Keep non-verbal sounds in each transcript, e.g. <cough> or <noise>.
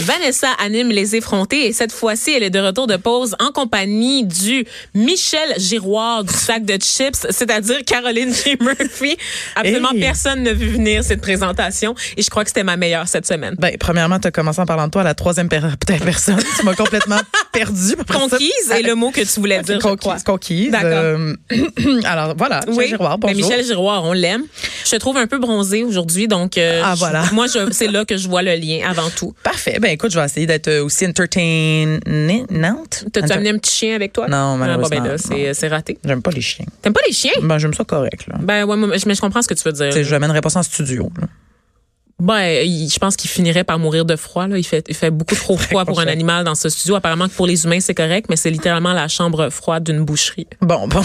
Vanessa anime Les Effrontés et cette fois-ci, elle est de retour de pause en compagnie du Michel Giroir du sac de chips, c'est-à-dire Caroline J. Murphy. Absolument Hey. personne n'a vu venir cette présentation et je crois que c'était ma meilleure cette semaine. Ben, premièrement, tu as commencé en parlant de toi à la troisième per- <laughs> peut-être personne. Tu <laughs> m'as complètement perdue. Après ça- euh, Conquise est le mot que tu voulais dire, je crois. Conquise, conquise. D'accord. Euh, <clears throat> alors voilà, Michel Oui, Giroir, mais bonjour. Michel Giroir, on l'aime. Je te trouve un peu bronzée aujourd'hui, donc euh, Ah, je- voilà. moi, je- c'est là que je vois le lien avant tout. Parfait. Ben écoute, je vais essayer d'être aussi entertainante. T'as-tu Enter- amené un petit chien avec toi? Non, malheureusement, Ah, bon, ben là, non. c'est- c'est raté. J'aime pas les chiens. T'aimes pas les chiens? Ben j'aime ça correct là. Ben ouais, moi, mais je- mais je comprends ce que tu veux dire. Tu sais, Je l'amènerais pas ça en studio. là. Ben, il- je pense qu'il finirait par mourir de froid. Là. Il, fait, il fait beaucoup <laughs> trop froid pour un prochain. animal dans ce studio. Apparemment que pour les humains, c'est correct, mais c'est littéralement la chambre froide d'une boucherie. Bon, <laughs> bon.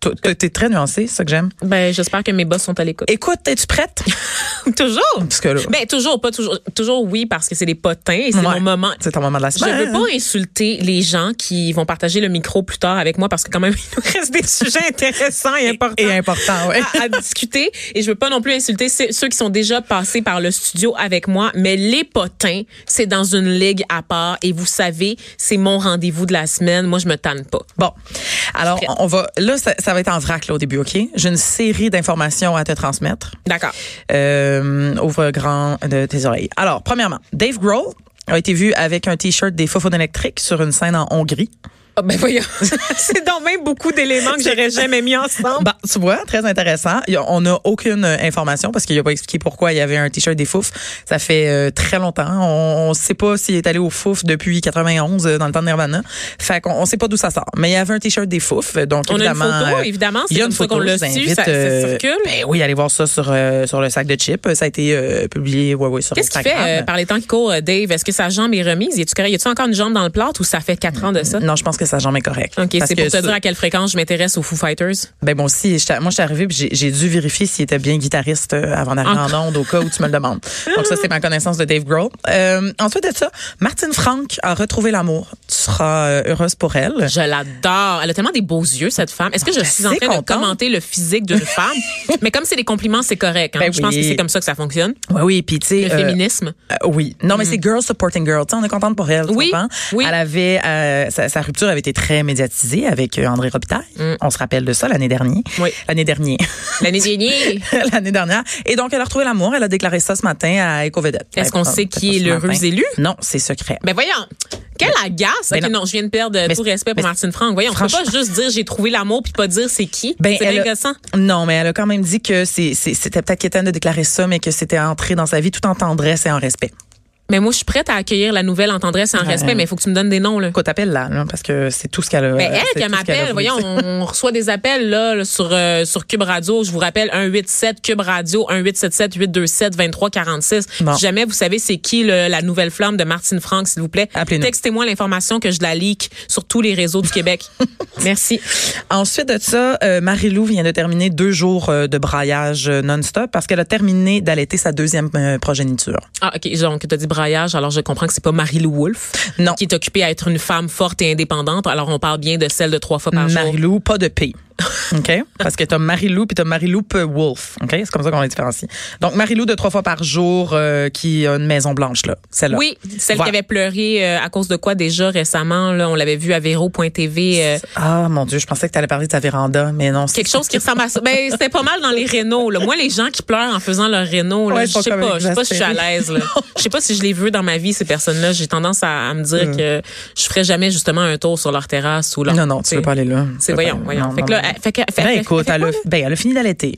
Toi, toi, T'es très nuancé, c'est ça que j'aime. Ben, j'espère que mes boss sont à l'écoute. Écoute, es-tu prête? <laughs> toujours? Parce que là, Ben, toujours, pas toujours. Toujours oui, parce que c'est des potins et c'est Ouais. mon moment. c'est ton moment de la Je semaine. veux pas insulter les gens qui vont partager le micro plus tard avec moi parce que quand même, <laughs> il nous reste des sujets intéressants et importants. Ah, Et important, oui. à, à discuter et je veux pas non plus insulter ceux ceux qui sont déjà passés par le studio avec moi, mais les potins, c'est dans une ligue à part et vous savez, c'est mon rendez-vous de la semaine. Moi, je me tanne pas. Bon, alors prête. on va là ça, ça va être en vrac là au début, ok J'ai une série d'informations à te transmettre. D'accord. Euh, ouvre grand de tes oreilles. Alors premièrement, Dave Grohl a été vu avec un t-shirt des Fofos électriques sur une scène en Hongrie. Ah, ben voyons, <laughs> c'est donc même beaucoup d'éléments que j'aurais jamais mis ensemble. Bah, tu vois, très intéressant. Il y a- On n'a aucune euh, information parce qu'il n'a pas expliqué pourquoi il y avait un t-shirt des Fouf. Ça fait euh, très longtemps. On ne sait pas s'il est allé au Fouf depuis 91 euh, dans le temps de Nirvana. Fait qu'on on sait pas d'où ça sort. Mais il y avait un t-shirt des Fouf, donc On a une évidemment. photo, euh, évidemment, c'est il y a comme une ça photo qu'on l'a je vous su, ça- invite, ça euh, circule. Ben oui, allez voir ça sur euh, sur le sac de chips. Ça a été euh, publié ouais ouais sur Qu'est-ce qu'il Instagram. fait euh, par les temps qui courent, euh, Dave? Est-ce que sa jambe est remise? Y a-tu correct? Y a-tu encore une jambe dans le plat ou ça fait quatre ans de ça? non, je pense que ça jamais correct. OK, Parce c'est que pour te ça- dire à quelle fréquence je m'intéresse aux Foo Fighters. Ben bon, si, j'étais- moi, je suis arrivée puis j'ai- j'ai dû vérifier s'il était bien guitariste euh, avant d'arriver en onde au cas où tu me le demandes. Donc, ça, c'est ma connaissance de Dave Grohl. Euh, ensuite de ça, Martine Franck a retrouvé l'amour. Tu seras euh, heureuse pour elle. Je l'adore. Elle a tellement des beaux yeux, cette femme. Est-ce que je je suis en sais train de Ah, contente. commenter le physique d'une <laughs> femme? Mais comme c'est des compliments, c'est correct. hein. Ben je pense que oui. c'est comme ça que ça fonctionne. Oui, oui, puis tu sais... Le euh, féminisme. euh, oui. Non, mais c'est Girl Supporting Girl. Tu sais, on est contente pour elle. tu Oui, comprends? oui. Elle avait... euh, sa, sa rupture avait été très médiatisée avec euh, André Robitaille. On se rappelle de ça l'année dernière. Oui. L'année dernière. <laughs> L'année dernière, l'année dernière. Et donc, elle a retrouvé l'amour. Elle a déclaré ça ce matin à Ben, Ecovedette. Est-ce qu'on sait qui est le rusé élu? Non, c'est secret. ben voyons, quelle agace! ben ok, non. non. je viens de perdre euh, Mais- tout respect pour mais- Martine Franck. Voyons, on peut pas Franchement- Ben, juste dire j'ai trouvé l'amour puis pas dire c'est qui. c'est bien elle a- gossant. Non, mais elle a quand même dit que c'est- c'est- c'était peut-être quétaine de déclarer ça, mais que c'était entré dans sa vie tout en tendresse et en respect. Mais moi, je suis prête à accueillir la nouvelle en tendresse et en respect, mais il faut que tu me donnes des noms, là. Qu'on t'appelle là, là, parce que c'est tout ce qu'elle a. Ben, c'est elle qui tout ce qu'elle a m'appelle, voulu voyons, <laughs> dire. on reçoit des appels là, là, sur, euh, sur Cube Radio. Je vous rappelle, 187 Cube Radio, 1877 827 2346. Bon. Si jamais vous savez c'est qui le- la nouvelle flamme de Martine Franck, s'il vous plaît, Appelez-nous. textez-moi l'information que je la leak sur tous les réseaux du <laughs> Québec. Merci. Ensuite de ça, euh, Marie-Lou vient de terminer deux jours euh, de braillage euh, non-stop parce qu'elle a terminé d'allaiter sa deuxième euh, progéniture. Ah, OK, donc tu as dit braillage, alors je comprends que c'est pas Marie-Lou Wolfe Non. qui est occupée à être une femme forte et indépendante. Alors on parle bien de celle de trois fois par jour. Marie-Lou, pas <laughs> de P. OK? Parce que t'as Marie-Lou puis t'as Marie-Lou P. Wolf. OK? C'est comme ça qu'on les différencie. Donc, Marie-Lou de trois fois par jour euh, qui a une maison blanche, là. Celle-là. Oui, celle Voilà. qui avait pleuré euh, à cause de quoi déjà récemment, là, on l'avait vu à Véro.tv. euh, Ah, mon Dieu, je pensais que t'allais parler de ta véranda, mais non. c'est- quelque chose qui ressemble à ça. Ben, c'était pas mal dans les rénaux. Là. Moi, les gens qui pleurent en faisant leur réno, là, Ouais, ils je sont sais comme pas. Je sais pas si je suis à exaspérés. l'aise. <laughs> là. Je sais pas si je les veux dans ma vie, ces personnes-là. J'ai tendance à, à me dire que je ferais jamais justement un tour sur leur terrasse ou leur. Mm. Non, non, tu veux pas aller là. Tu C'est veux pas voyons, aller- voyons. non, fait que non, là, non. elle- fait que- fait- Ben fait- écoute, fait elle a, quoi, ben, elle a fini d'allaiter.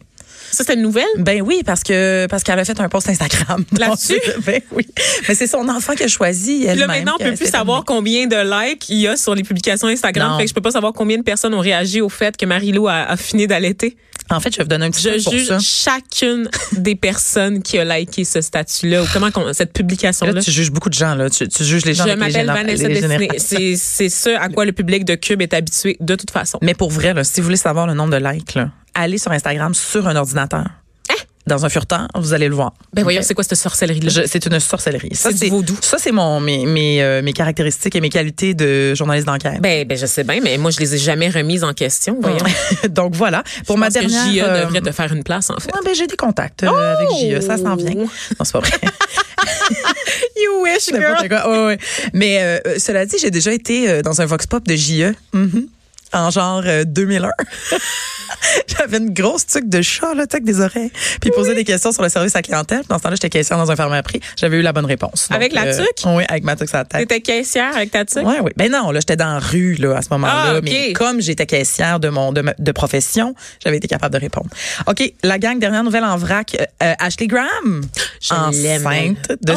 ça c'est une nouvelle. Ben oui, parce que parce qu'elle a fait un post Instagram. <laughs> Donc, Là-dessus? Ben oui. Mais c'est son enfant qui a choisi. Puis Là elle-même maintenant, on qu'elle peut plus s'est savoir combien de likes il y a sur les publications Instagram. Non. Fait que je peux pas savoir combien de personnes ont réagi au fait que Marie-Lou a, a fini d'allaiter. nommée. En fait, je vais vous donner un petit Je truc pour juge ça. chacune <laughs> des personnes qui a liké ce statut-là ou comment qu'on- cette publication-là. Là, tu juges beaucoup de gens là. Tu, tu juges les gens. Je avec les m'appelle généra- Vanessa les Destinée. générations. C'est c'est ce à quoi le public de Cube est habitué de toute façon. Mais pour vrai, là, si vous voulez savoir le nombre de likes, là, allez sur Instagram sur un ordinateur. Hein? Dans un fureteur, vous allez le voir. Ben voyons, c'est quoi cette sorcellerie-là? Je- C'est une sorcellerie. Ça, C'est du vaudou. Ça, c'est mon mes mes, euh, mes caractéristiques et mes qualités de journaliste d'enquête. Ben, ben, je sais bien, mais moi, je les ai jamais remises en question. Voyons. <laughs> Donc voilà. Ah. Pour Je ma pense dernière. que J.A. euh, devrait Oh! te faire une place, en fait. Ah, ben, j'ai des contacts euh, avec J.E. Ça s'en vient. Non, c'est pas vrai. <laughs> you wish, girl. N'importe quoi. Ouais, ouais. Mais euh, cela dit, j'ai déjà été euh, dans un vox pop de JE. Mhm. En genre euh, 2001. <laughs> J'avais une grosse tuque de chat, là, tuque des oreilles. Puis il posait des questions sur le service à la clientèle. Dans ce temps-là, j'étais caissière dans un fermier prix. J'avais eu la bonne réponse. euh, Avec la tuque? Oui, avec ma tuque sur la tête. T'étais caissière avec ta tuque? Oui, oui. Ben non, là, j'étais dans la rue, là, à ce moment-là. Ah, ok. Mais comme j'étais caissière de mon de, ma- de profession, j'avais été capable de répondre. OK, la gang, dernière nouvelle en vrac. euh, euh, Ashley Graham, Je l'aime, enceinte elle. de Oh!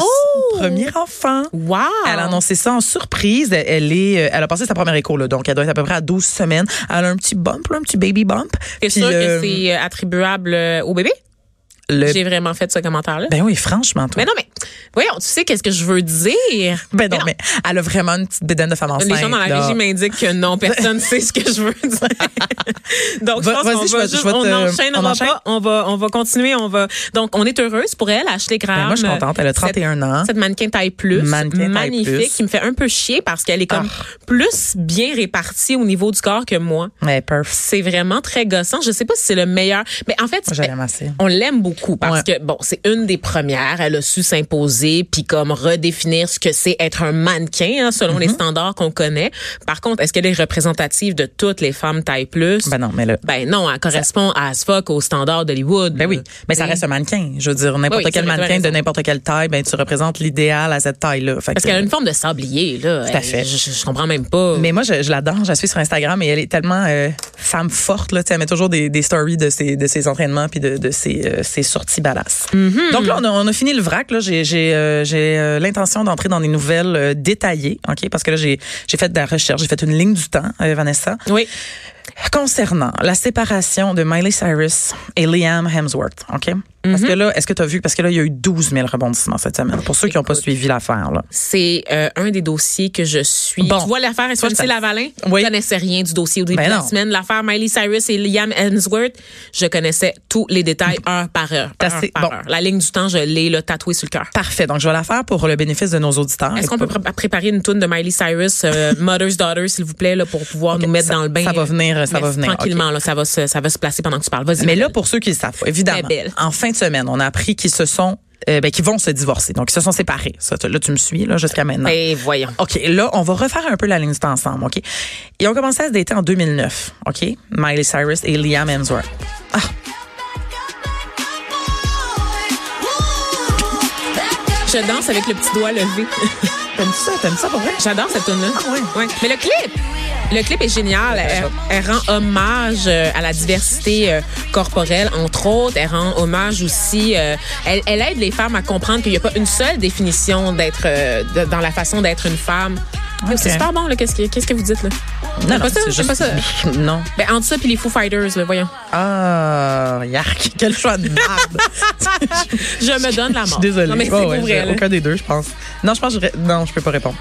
son premier enfant. Wow. Elle a annoncé ça en surprise. Elle, elle est, euh, elle a passé sa première écho, là, donc elle doit être à peu près à 12 semaines. Elle a un petit bump, là, un petit baby bump. T'es Puis sûr le- que c'est euh, attribuable euh, au bébé? le- J'ai vraiment fait ce commentaire-là. Ben oui, franchement, toi. mais non, mais voyons, tu sais qu'est-ce que je veux dire? Ben non, mais elle a vraiment une petite bédaine de femme enceinte. Les gens dans la là. régie m'indiquent que non, <laughs> personne sait ce que je veux dire. Donc, je Va- pense vas-y, qu'on je va vais- je juste- vais te- on enchaîne, on, on va enchaîne? pas, on va, on va continuer, on va. Donc, on est heureuse pour elle, Ashley Graham. Ben moi, je suis contente. Elle a Cette- 31 ans. Cette mannequin taille plus, Mannequin taille magnifique, plus. Ah. qui me fait un peu chier parce qu'elle est comme plus bien répartie au niveau du corps que moi. Ouais, perf. C'est vraiment très gossant. Je sais pas si c'est le meilleur. Mais en fait, Moi, j'allais masser. on l'aime beaucoup parce Ouais. que bon, c'est une des premières. Elle a su s'imposer puis comme redéfinir ce que c'est être un mannequin hein, selon les Mhm. standards qu'on connaît. Par contre, est-ce qu'elle est représentative de toutes les femmes taille plus Ben non, mais là. Ben non, elle correspond à as fuck aux standards d'Hollywood. Ben oui, mais ça reste un mannequin. Je veux dire, n'importe Oui, quel c'est vrai, mannequin t'as de n'importe quelle taille, ben tu représentes l'idéal à cette taille-là. Fait Parce que- qu'elle a une forme de sablier là. Tout à Elle- fait. Je, je comprends même pas. Mais moi, je, je l'adore. Je la suis sur Instagram et elle est tellement euh, femme forte. Là. Tu sais, Elle met toujours des, des stories de ses, de ses entraînements puis de, de ses, euh, ses sorties ballasses. Mm-hmm. Donc là, on a, on a fini le vrac. Là. J'ai, j'ai, euh, j'ai, euh, l'intention d'entrer dans des nouvelles euh, détaillées. ok Parce que là, j'ai, j'ai fait de la recherche. J'ai fait une ligne du temps, euh, Vanessa. oui, Concernant la séparation de Miley Cyrus et Liam Hemsworth, OK? Parce Mm-hmm. que là, est-ce que tu as vu? Parce que là, il y a eu 12 000 rebondissements cette semaine. Pour ceux qui n'ont pas suivi l'affaire, là. c'est euh, un des dossiers que je suis. Bon. Tu vois l'affaire SNC je- Lavalin? Oui. Je connaissais rien du dossier au début Ben de la non. semaine. L'affaire Miley Cyrus et Liam Hemsworth, je connaissais tous les détails heure par heure. T'as heure assez- par bon. heure. La ligne du temps, je l'ai là, tatouée sur le cœur. Parfait. Donc, je vais la faire pour le bénéfice de nos auditeurs. Est-ce qu'on peut pré- préparer une toune de Miley Cyrus, <laughs> euh, Mother's Daughter, s'il vous plaît, là, pour pouvoir nous mettre ça- dans le bain? ça va venir, Ben, ça Mais va venir, Tranquillement, là, ça va, se, ça va se placer pendant que tu parles. Vas-y. Mais là, Marie. pour ceux qui le savent, pas, évidemment, Très belle. en fin de semaine, on a appris qu'ils se sont, euh, ben, qu'ils vont se divorcer. Donc, ils se sont séparés. Ça, tu- là, tu me suis, là, jusqu'à maintenant. Ben, voyons. OK, là, on va refaire un peu la ligne du temps ensemble, OK? Ils ont commencé à se dater en 2009, OK? Miley Cyrus et Liam Hemsworth. Ah, Je danse avec le petit doigt levé. t'aimes ça? T'aimes ça pour vrai? J'adore cette tune là Ah ouais? Mais le clip, le clip est génial. Elle, elle rend hommage euh, à la diversité euh, corporelle, entre autres. Elle rend hommage aussi. euh, elle, elle aide les femmes à comprendre qu'il n'y a pas une seule définition d'être euh, de- dans la façon d'être une femme. Ok. C'est super bon. là. Qu'est-ce que qu'est-ce que vous dites là Non, T'aimes pas ça? c'est T'aimes pas ça? <laughs> Non. Ben entre ça puis les Foo Fighters, là, voyons. Ah, yark, quel choix de merde. <laughs> Je me donne la Je mort. suis désolée. Non mais c'est Ouais, pour ouais, vrai. j'ai là. Aucun des deux, je pense. Non, je pense que je- non, je peux pas répondre.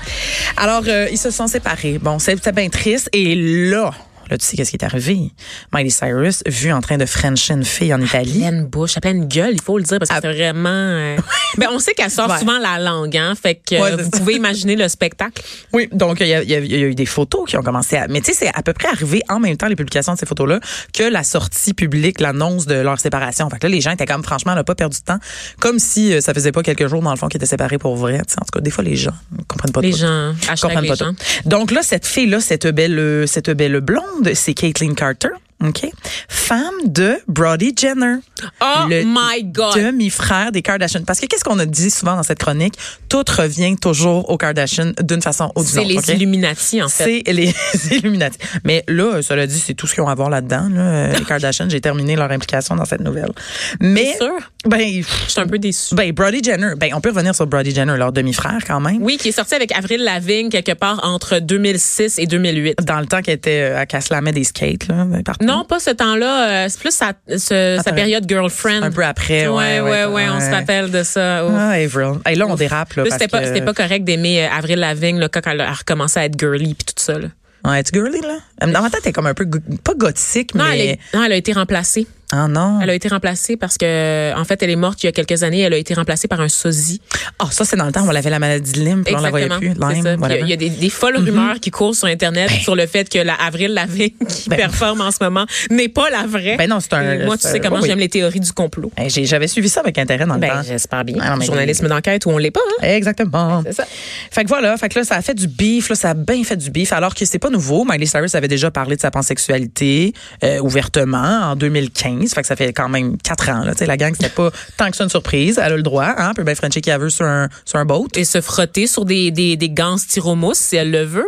Alors, euh, ils se sont séparés. Bon, c'est- c'était bien triste. Et là, là, tu sais qu'est-ce qui est arrivé? Miley Cyrus, vue en train de frencher une fille en Italie. pleine bouche, à pleine gueule, il faut le dire parce que c'est vraiment. <laughs> euh, ben on sait qu'elle sort Ah. Ouais. souvent la langue, hein, fait que euh, Ouais, c'est vous ça. pouvez imaginer le spectacle. Oui, donc il y, a- il y a- il y a eu des photos qui ont commencé à... Mais tu sais, c'est à peu près arrivé en même temps, les publications de ces photos-là, que la sortie publique, l'annonce de leur séparation. Fait que là, les gens étaient comme, franchement, on n'a pas perdu de temps. Comme si euh, ça faisait pas quelques jours, dans le fond, qu'ils étaient séparés pour vrai. Tu sais, en tout cas, des fois, les gens ne comprennent pas Les tout. gens, Je hashtag comprends les pas gens. tout. Donc là, cette fille-là, cette belle, euh, cette belle blonde, c'est Caitlyn Carter. OK. Femme de Brody Jenner. Oh le my God. Demi-frère des Kardashians. Parce que qu'est-ce qu'on a dit souvent dans cette chronique? Tout revient toujours aux Kardashians d'une façon ou d'une C'est autre. les OK? Illuminati, en fait. C'est les <laughs> Illuminati. Mais là, cela dit, c'est tout ce qu'ils ont à voir là-dedans. là. Euh, Les Kardashians, j'ai terminé leur implication dans cette nouvelle. Mais, T'es sûr? ben, Je suis un peu déçue. ben, Brody Jenner, ben, on peut revenir sur Brody Jenner, leur demi-frère quand même. Oui, qui est sorti avec Avril Lavigne quelque part entre 2006 et 2008. Dans le temps qu'elle était euh, qu'elle se la met des skates, là, partout. Non, pas ce temps-là. euh, c'est plus sa, ce- sa Attends. période girlfriend. Un peu après, Ouais, ouais, ouais, ouais, ouais, on ouais. se rappelle de ça. Ouf. Ah, Avril. Et là, on dérape. Là, Là, parce c'était pas, que- c'était pas correct d'aimer euh, Avril Lavigne là, quand elle a recommencé à être girly puis tout ça. là. Euh, Ouais, tu girly, là? Dans ma tête, t'es comme un peu, go- pas gothique, Non, elle mais. a, non, elle a été remplacée. Ah non. Elle a été remplacée parce que, en fait, elle est morte il y a quelques années. Elle a été remplacée par un sosie. Ah, ça, c'est dans le temps où on avait la maladie de Lyme, puis on la voyait plus. Lyme, c'est ça. Puis whatever. Il y a, il y a des, des folles rumeurs qui courent sur Internet sur le fait que la Avril Lavigne <laughs> qui Ben. performe en ce moment n'est pas la vraie. Ben non, c'est un- Et moi, tu c'est un- sais comment oui, oui. j'aime les théories du complot. Hey, j'ai- J'avais suivi ça avec intérêt dans le temps. Ben, j'espère bien. Ah non, mais- Journalisme d'enquête où on l'est pas, hein? Exactement. C'est ça. Fait que voilà, fait que là, ça a fait du bif, là, ça a bien fait du bif, alors que c'est pas nouveau. Miley Cyrus avait déjà parlé de sa pansexualité euh, ouvertement en 2015. Fait que ça fait quand même quatre ans. Là, Tu sais, la gang, c'était pas tant que ça une surprise. Elle a le droit, hein, peut bien Frenchie qui a vu sur un, sur un boat. Et se frotter sur des, des, des gants styromousse si elle le veut.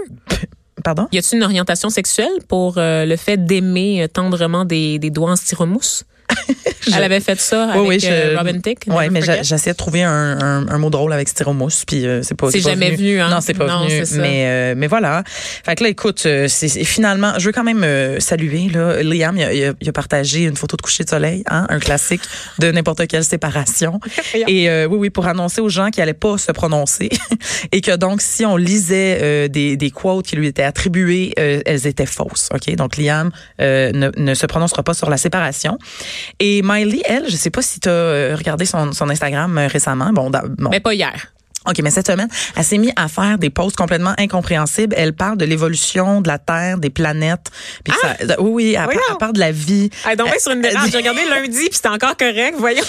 Pardon? Y a-t-il une orientation sexuelle pour euh, le fait d'aimer euh, tendrement des, des doigts en <laughs> styromousse? Elle avait fait ça avec euh, Robin Thicke. Oui, Never mais j'a- Forget. <laughs> j'essayais de trouver un, un- un mot drôle avec styromousse, puis euh, c'est pas C'est pas jamais venu, hein? Non, c'est pas Non, venu. c'est ça. Mais, euh, mais voilà. Fait que là, écoute, euh, c'est c'est- finalement, je veux quand même euh, saluer, là, Liam, il a, il a- il a partagé une photo de coucher de soleil, hein, un classique de n'importe quelle séparation. Et euh, oui, oui, pour annoncer aux gens qui allaient pas se prononcer. <laughs> et que donc, si on lisait euh, des, des quotes qui lui étaient attribuées, euh, elles étaient fausses. OK? Donc, Liam euh, ne, ne se prononcera pas sur la séparation. Et Miley, elle, je sais pas si tu as regardé son, son Instagram euh, récemment. Bon, d'a- bon, Mais pas hier. OK, mais cette semaine, elle s'est mise à faire des posts complètement incompréhensibles. Elle parle de l'évolution de la Terre, des planètes. Puis que ça- oui, oui, elle, par- Ah! Voyons. elle parle de la vie. Elle est tombée sur une <laughs> dérange. J'ai regardé lundi, puis c'était encore correct, voyons.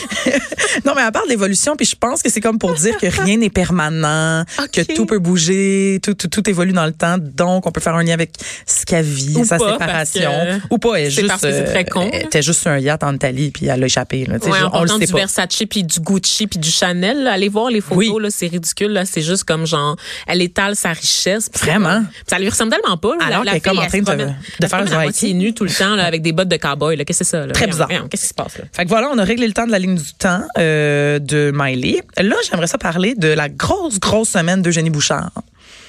non, mais elle parle d'évolution, puis je pense que c'est comme pour dire que rien n'est permanent, OK. que tout peut bouger, tout, tout, tout évolue dans le temps. Donc, on peut faire un lien avec ce qu'elle vit, Ou sa pas, séparation. parce que Ou pas, elle est c'est juste, euh, parce que c'est très con, elle était juste sur un yacht en Italie, puis elle a échappé. Là, Tu sais, Ouais, je- en on le portant sait du pas. Versace puis du Gucci puis du Chanel, là. allez voir les photos Oui. là, c'est ridicule là, c'est juste comme genre elle étale sa richesse. Puis c'est Vraiment? comme- puis ça lui ressemble tellement pas. là. Alors la, qu'elle est la comme en train de- de faire un du hiking. moitié nue tout le temps là, avec des bottes de cowboy là, qu'est-ce que c'est ça là? Très Voyons, bizarre. voyons, Qu'est-ce qui se passe là Fait que voilà, on a réglé le temps de la ligne du temps euh, de Miley. Là, j'aimerais ça parler de la grosse, grosse semaine d'Eugénie Bouchard.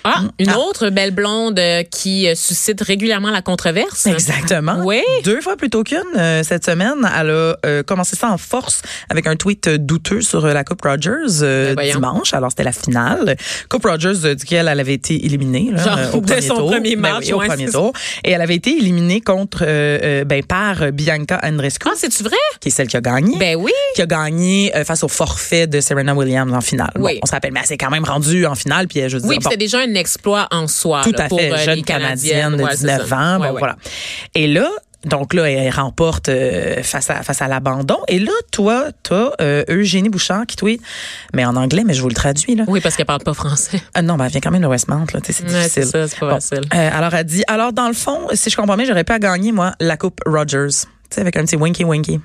Ah, une Ah. autre belle blonde euh, qui euh, suscite régulièrement la controverse. <laughs> Exactement. Oui. Deux fois plutôt qu'une euh, cette semaine. Elle a euh, commencé ça en force avec un tweet euh, douteux sur euh, la Coupe Rogers euh, Ben voyons. dimanche. Alors, c'était la finale. Coupe Rogers, euh, duquel elle avait été éliminée là, Genre, euh, au dès premier son tour. premier Ben match, oui, au ouais, premier c'est tour. Et elle avait été éliminée contre, euh, euh, ben, par euh, Bianca Andreescu, Ah, c'est-tu vrai? qui est celle qui a gagné. Ben oui. qui a gagné euh, face au forfait de Serena Williams en finale. Oui. Bon, on se rappelle, mais elle s'est quand même rendue en finale, puis elle, je veux Oui, dire, puis bon, c'était déjà un exploit en soi tout là, à pour fait euh, les jeune Canadiennes Canadienne de Ouais, c'est 19 ça. ans. bon, Ouais, ouais. voilà. Et là, donc là, elle remporte euh, face à face à l'abandon. Et là, toi, toi, euh, Eugénie Bouchard qui tweet, mais en anglais, mais je vous le traduis là. Oui, parce qu'elle parle pas français. Ah non, ben, elle vient quand même de Westmount, là, tu sais, c'est Ouais, difficile. c'est ça, c'est pas facile. euh, alors elle dit, alors dans le fond, si je comprends bien, j'aurais pas gagné moi la coupe Rogers, tu sais, avec un petit winky winky,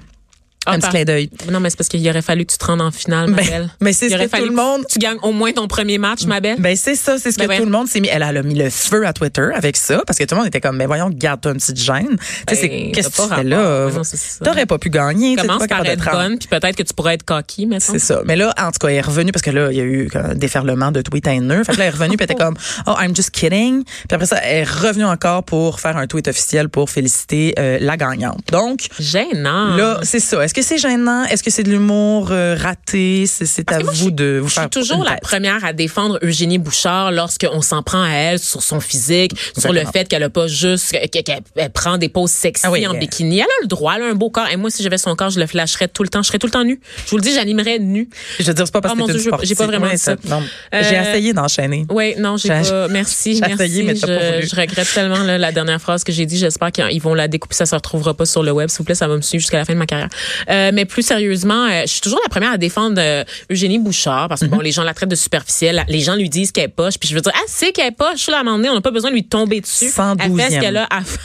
Ah, un petit par- clin d'œil. Non, mais c'est parce qu'il aurait fallu que tu te rendes en finale, ma Ben, belle. mais c'est Il ce aurait que fallu tout le monde- que Tu gagnes au moins ton premier match, ma belle. Ben c'est ça, c'est ce que Ben ouais. tout le monde s'est mis. Elle, elle a mis le feu à Twitter avec ça parce que tout le monde était comme, mais voyons, garde une petite gêne. tu sais, c'est- Ben, qu'est-ce que t'as tu pas fais rapport. là Ouais, non, c'est ça. T'aurais pas pu gagner. tu sais, t'es Commence pas par capable être d'être en- bonne, puis peut-être que tu pourrais être coquille, mais C'est ça. Mais là, en tout cas, elle est revenue parce que là, il y a eu un déferlement de tweets haineux. Fait que là, elle est revenue puis elle <laughs> était comme, oh, I'm just kidding. Puis après ça, elle est revenue encore pour faire un tweet officiel pour féliciter euh, la gagnante. Donc, gênant. là, c'est ça. Est-ce que c'est gênant? Est-ce que c'est de l'humour euh, raté? C'est- C'est à que moi, vous de vous je suis faire toujours une la tête. première à défendre Eugénie Bouchard lorsqu'on s'en prend à elle sur son physique, sur le Exactement. fait qu'elle a pas juste qu'elle qu'elle- elle prend des poses sexy Ah oui, en elle- bikini. Elle a le droit, elle a un beau corps. Et moi, si j'avais son corps, je le flasherais tout le temps. Je serais tout le temps nue. Je vous le dis, j'animerais nue. Je veux dire, c'est pas parce Oh que mon t'es une Dieu, j'ai pas- j'ai pas sportive. vraiment Ouais, dit ça. non. J'ai Euh, essayé d'enchaîner. Oui, non, j'ai J'ai- pas. Merci, j'ai merci. essayé, mais je, t'as pas voulu. je regrette tellement là, la dernière phrase que j'ai dit. J'espère qu'ils vont la découper. Ça se retrouvera pas sur le web, s'il vous plaît. Ça va me suivre jusqu'à la fin de ma carrière. Euh, mais plus sérieusement, euh, je suis toujours la première à défendre euh, Eugénie Bouchard parce que Mhm. bon, les gens la traitent de superficielle. Les gens lui disent qu'elle est poche. Puis je veux dire, ah, c'est qu'elle est poche. Là, à un moment donné, on n'a pas besoin de lui tomber dessus. Elle fait 112e. ce qu'elle a à faire.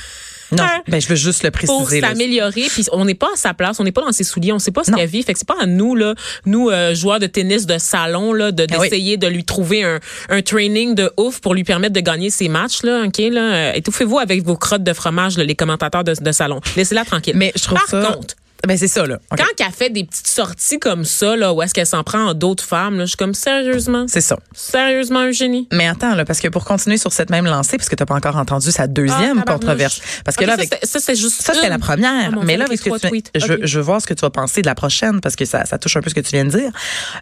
Non, ben je veux juste le pour préciser. là. s'améliorer puis on n'est pas à sa place on n'est pas dans ses souliers on sait pas ce Non. qu'elle vit fait que c'est pas à nous là nous euh, joueurs de tennis de salon là de Ah oui. d'essayer de lui trouver un, un training de ouf pour lui permettre de gagner ses matchs là ok là Euh, étouffez-vous avec vos crottes de fromage là, les commentateurs de, de salon laissez-la tranquille Mais je trouve par ça. contre ben c'est ça là. OK. quand qu'elle fait des petites sorties comme ça là où est-ce qu'elle s'en prend à d'autres femmes là je suis comme sérieusement C'est ça. sérieusement un génie Mais attends là, parce que pour continuer sur cette même lancée, parce que t'as pas encore entendu sa deuxième Ah, tabarnouche. controverse, parce que Ok, là ça, avec c'était- ça c'est juste ça, c'était une. la première. Ah, mon mais Dieu, avec les là, avec ce que trois tu viens- tweets. je, Ok. veux- je veux voir ce que tu vas penser de la prochaine parce que ça, ça touche un peu ce que tu viens de dire.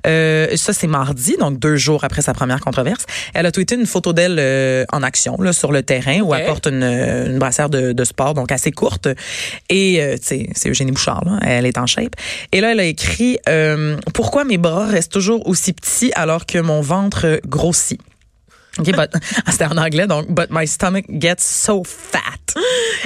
Euh, ça, c'est mardi, donc deux jours après sa première controverse. Elle a tweeté une photo d'elle euh, en action là, sur le terrain où Ok. elle porte une, une brassière de, de sport, donc assez courte. Et euh, tu sais, c'est Eugénie Bouchard, là, elle est en shape. Et là, elle a écrit euh, Pourquoi mes bras restent toujours aussi petits alors que mon ventre grossit? OK, but, <laughs> ah, c'était en anglais, donc, but my stomach gets so fat.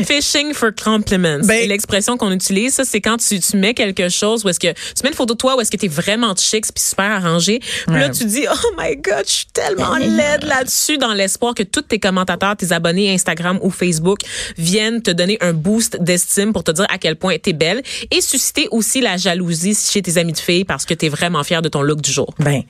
Fishing for compliments. Ben- C'est L'expression qu'on utilise, ça, c'est quand tu, tu mets quelque chose où est-ce que tu mets une photo de toi où est-ce que t'es vraiment chic puis super arrangé. Puis là, Ouais. Ben- tu dis, oh my god, je suis tellement laide là-dessus dans l'espoir que tous tes commentateurs, tes abonnés Instagram ou Facebook viennent te donner un boost d'estime pour te dire à quel point t'es belle et susciter aussi la jalousie chez tes amis de filles parce que t'es vraiment fière de ton look du jour. Ben,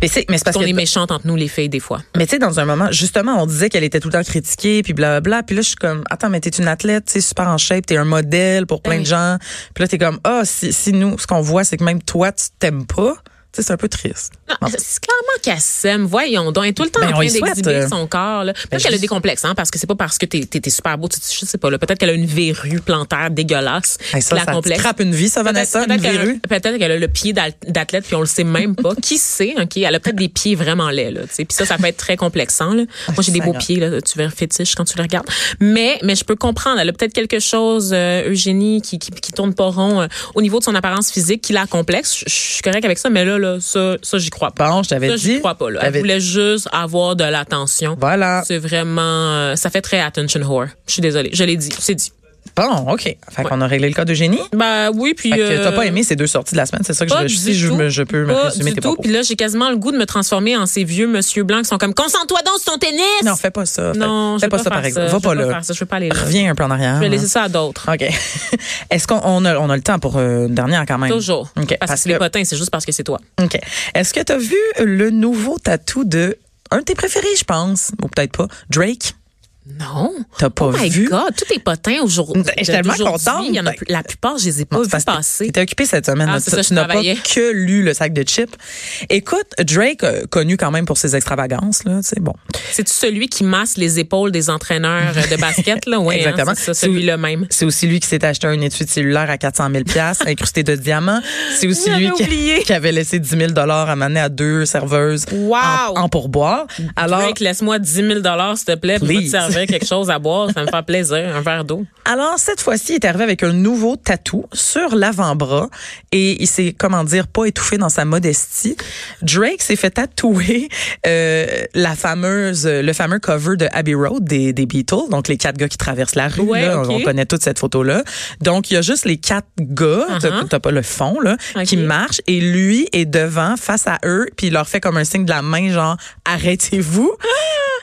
mais c'est, mais c'est parce On que est méchante entre nous, les filles, des fois. Mais tu sais, dans un moment, justement, on disait qu'elle était tout le temps critiquée, puis blablabla. Puis là, je suis comme, attends, mais t'es une athlète, tu sais, super en shape, t'es un modèle Ben pour plein de gens. Puis là, t'es comme, ah, si, si nous, ce qu'on voit, c'est que même toi, tu t'aimes pas. Tu sais, c'est un peu triste. Non, c'est clairement qu'elle s'aime, voyons donc. Elle est tout le temps Ben, on en train y souhaite, d'exhiber euh. son corps. là. Peut-être Ben, qu'elle a juste- des complexes, hein, parce que c'est pas parce que t'es es, super beau, tu, tu- je sais pas. là. Peut-être qu'elle a une verrue plantaire dégueulasse. Hey, qui Ben, ça, la ça te complexe. crappe une vie, ça, Peut-être Vanessa, peut-être une qu'elle a- verrue. peut-être qu'elle a le pied d'al- d'athlète puis on le sait même pas. <laughs> Qui sait, ok Elle a peut-être des pieds vraiment laids, là. tu sais. Puis ça, ça peut être très complexant. Là. Moi, j'ai des beaux Ah, Seigneur. pieds, là. Tu verras fétiche quand tu les regardes. Mais, mais je peux comprendre. Elle a peut-être quelque chose, euh, Eugénie, qui, qui, qui tourne pas rond euh, au niveau de son apparence physique, qui la complexe. Je je suis correcte avec ça, mais là, là, ça, ça j'y crois pas. Bon, je t'avais Ça, je dit. crois pas. Là. Elle T'avais- voulait juste avoir de l'attention. Voilà. C'est vraiment... euh, ça fait très attention whore. Je suis désolée. Je l'ai dit. C'est dit. Bon, OK. Fait qu'on a réglé le cas d'Eugénie. Ben oui, puis... Fait que t'as euh, pas aimé ces deux sorties de la semaine, c'est ça que pas je, du si je, tout. me- je peux me Pas résumer du tes propos. tout. Puis là, j'ai quasiment le goût de me transformer en ces vieux monsieur blancs qui sont comme concentre-toi donc sur ton tennis. Non, fais pas ça. Fais- Non, je fais veux pas, pas ça, faire par exemple. ça. Va Je veux pas pas là. faire ça. Je veux pas aller là. Reviens un peu en arrière. Je vais hein. laisser ça à d'autres. OK. <laughs> Est-ce qu'on on a, on a le temps pour euh, une dernière quand même? Toujours. OK. Parce que Parce c'est les que, potins, c'est juste parce que c'est toi. OK. Est-ce que tu as vu le nouveau tatou de un de tes préférés, je pense, ou peut-être pas, Drake? Non. T'as pas oh my vu? God, tous tes potins aujourd'hui. Ben, je suis tellement d'aujourd'hui, contente. il y en a plus- la plupart, je les ai pas Non, vus c'est parce que passer. T'étais occupé cette semaine. Ah, là. c'est Tu- ça, je tu n'as pas travaillais. que lu le sac de chips. Écoute, Drake, euh, connu quand même pour ses extravagances, là, c'est bon. C'est-tu celui qui masse les épaules des entraîneurs euh, de basket, là? Oui, Exactement. c'est ça, celui-là même. C'est aussi lui qui s'est acheté un étui de cellulaire à 400 000 <laughs> incrusté de diamants. C'est aussi J'avais lui qui, oublié. qui avait laissé 10 000 à maner à deux serveuses Wow! en, en pourboire. Alors, Drake, laisse-moi 10 000 s'il te plaît, puis je vais te Please. servir quelque chose à boire. Ça me fait plaisir, un verre d'eau. Alors, cette fois-ci, il est arrivé avec un nouveau tatou sur l'avant-bras et il s'est, comment dire, pas étouffé dans sa modestie. Drake s'est fait tatouer euh, la fameuse, le fameux cover de Abbey Road des, des Beatles, donc les quatre gars qui traversent la rue. Ouais, là. ok. On connaît toute cette photo-là. Donc, il y a juste les quatre gars, t'as- Uh-huh. t'as pas le fond, là, Ok. qui marchent et lui est devant, face à eux, puis il leur fait comme un signe de la main, genre, arrêtez-vous.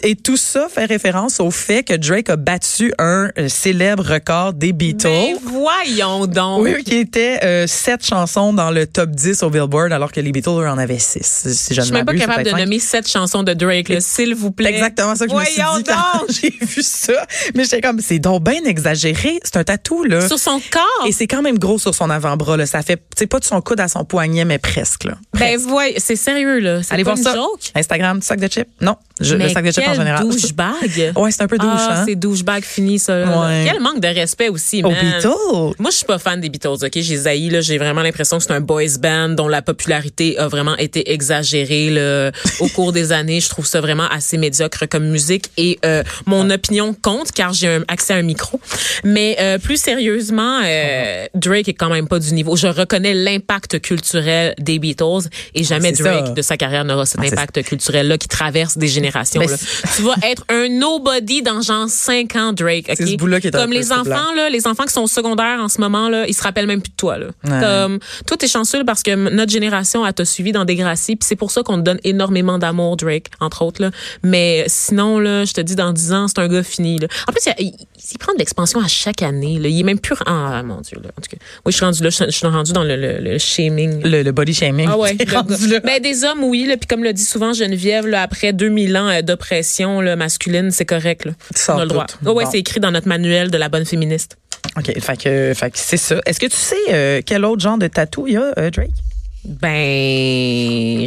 Et tout ça fait référence au fait que Drake a battu un euh, célèbre record des Mais Beatles. Ben, voyons donc. Oui, qui était euh, sept chansons dans le top 10 au Billboard, alors que les Beatles eux, en avaient six. Si je Je ne suis même pas m'abuse, capable de peut-être cinq. nommer cette chanson de Drake, là, s'il vous plaît. C'est exactement ça que je me suis Voyons dit quand donc. <laughs> j'ai vu ça. Mais j'étais comme, c'est donc bien exagéré. C'est un tatou, là. Sur son corps. Et c'est quand même gros sur son avant-bras, là. Ça fait, c'est pas de son coude à son poignet, mais presque, là. Ben, voyons, c'est sérieux, là. C'est Allez pas voir une ça. joke. Instagram, du sac de chips? Non, je- Mais le sac de chips en quel général. douchebag. <laughs> Ouais, c'est un peu douche, Ah, hein. c'est douchebag fini, ça. là. Ouais. Quel manque de respect aussi, Aux man. Beatles. Moi, je suis pas fan des Beatles, OK? J'ai zaï, là. J'ai vraiment l'impression que c'est un boys band dont la popularité a vraiment été exagérée, là, <laughs> au cours des années. Je trouve ça vraiment assez médiocre comme musique et euh, mon opinion compte car j'ai un- accès à un micro. Mais euh, plus sérieusement, euh, Uh-huh. Drake est quand même pas du niveau. Je reconnais l'impact culturel des Beatles et jamais c'est Drake ça. de sa carrière n'aura cet Ah, c'est impact culturel-là qui traverse des générations, Ben, là. Tu vas être un nobody dans genre 5 ans, Drake, OK? C'est ce bout-là qui est un Comme peu les troublant. enfants enfants, là, les enfants qui sont au secondaire en ce moment, là, ils se rappellent même plus de toi. Là. Ouais. Comme, toi, t'es chanceux là, parce que m- notre génération, elle t'a suivi dans des gracies. Puis c'est pour ça qu'on te donne énormément d'amour, Drake, entre autres. Là. Mais sinon, là, je te dis, dans 10 ans, c'est un gars fini. là. En plus, il y a- il, il prend de l'expansion à chaque année. Là. Il est même plus... Ah, mon Dieu. Là. En tout cas, oui, je suis rendu là. Je suis- je suis rendu dans le, le- le shaming. Le, le body shaming. Ah <laughs> ouais, T'es le rendu gars. là. Ben, des hommes, oui. Là, puis comme le dit souvent Geneviève, là, après 2000 ans euh, d'oppression là, masculine, c'est correct. Là. Tu sors On a le droit. tout. Ah ouais, Bon. c'est écrit dans notre manuel de la bonne féministe. OK, fait que, fait que c'est ça. Est-ce que tu sais euh, quel autre genre de tatou il y a, euh, Drake? <laughs> Ben,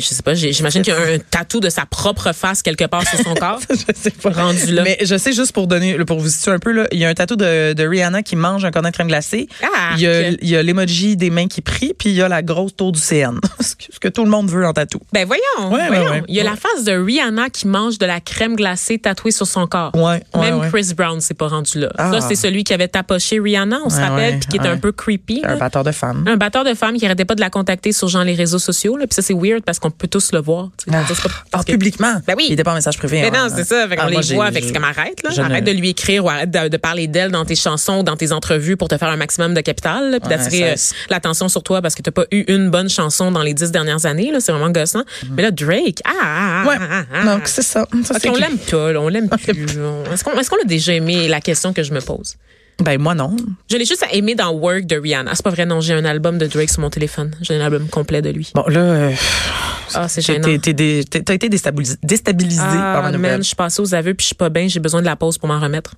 je sais pas. J'imagine qu'il y a un tatou de sa propre face quelque part sur son <laughs> corps. je sais pas. Rendu là. Mais je sais juste pour donner, pour vous situer un peu là, il y a un tatou de, de Rihanna qui mange un cornet de crème glacée. Ah, il y a, ok. il y a l'emoji des mains qui prient, puis il y a la grosse tour du <laughs> CN. ce que- ce que tout le monde veut en tatou. Ben voyons, Ouais, ouais, voyons. ouais. Il y a la Ouais. face de Rihanna qui mange de la crème glacée tatouée sur son corps. Ouais, ouais, Même ouais. Chris Brown s'est pas rendu là. Ah. Ça, c'est celui qui avait tapoché Rihanna, on se Ouais, rappelle, ouais, puis qui est un ouais. peu creepy. Un là. batteur de femme. Un batteur de femmes qui arrêtait pas de la contacter sur genre les réseaux sociaux. Là. Puis ça, c'est weird parce qu'on peut tous le voir. tu sais. Je veux dire, c'est pas- Ah, parce que- publiquement. Ben oui. Il était pas en message privé. Mais hein. non, c'est ça. Fait qu'on Ah, moi, les j'ai- voit. Fait que j'ai- c'est comme arrête, là. je ne- Arrête de lui écrire ou arrête de, de parler d'elle dans tes chansons ou dans tes entrevues pour te faire un maximum de capital, là, puis Ouais, d'attirer euh, ça, l'attention sur toi parce que t'as pas eu une bonne chanson dans les dix dernières années, là. C'est vraiment gossant. Mais là, Drake, ah, ah, ah, Mm-hmm. Ouais. ah, ah. Donc, c'est ça. Ça, Ok, c'est on clair. l'aime pas, là. On l'aime plus. On- Est-ce qu'on est qu'on l'a déjà aimé, la question que je me pose? Ben, moi, non. Je l'ai juste aimé dans Work de Rihanna. Ah, C'est pas vrai, non. J'ai un album de Drake sur mon téléphone. J'ai un album complet de lui. Bon, là, euh, Ah, c'est t'es- gênant. t'es- t'es dé- t'es- t'as été déstabilis- déstabilisée par Ah, ma man, nouvelle. je suis passée aux aveux puis je suis pas bien. J'ai besoin de la pause pour m'en remettre.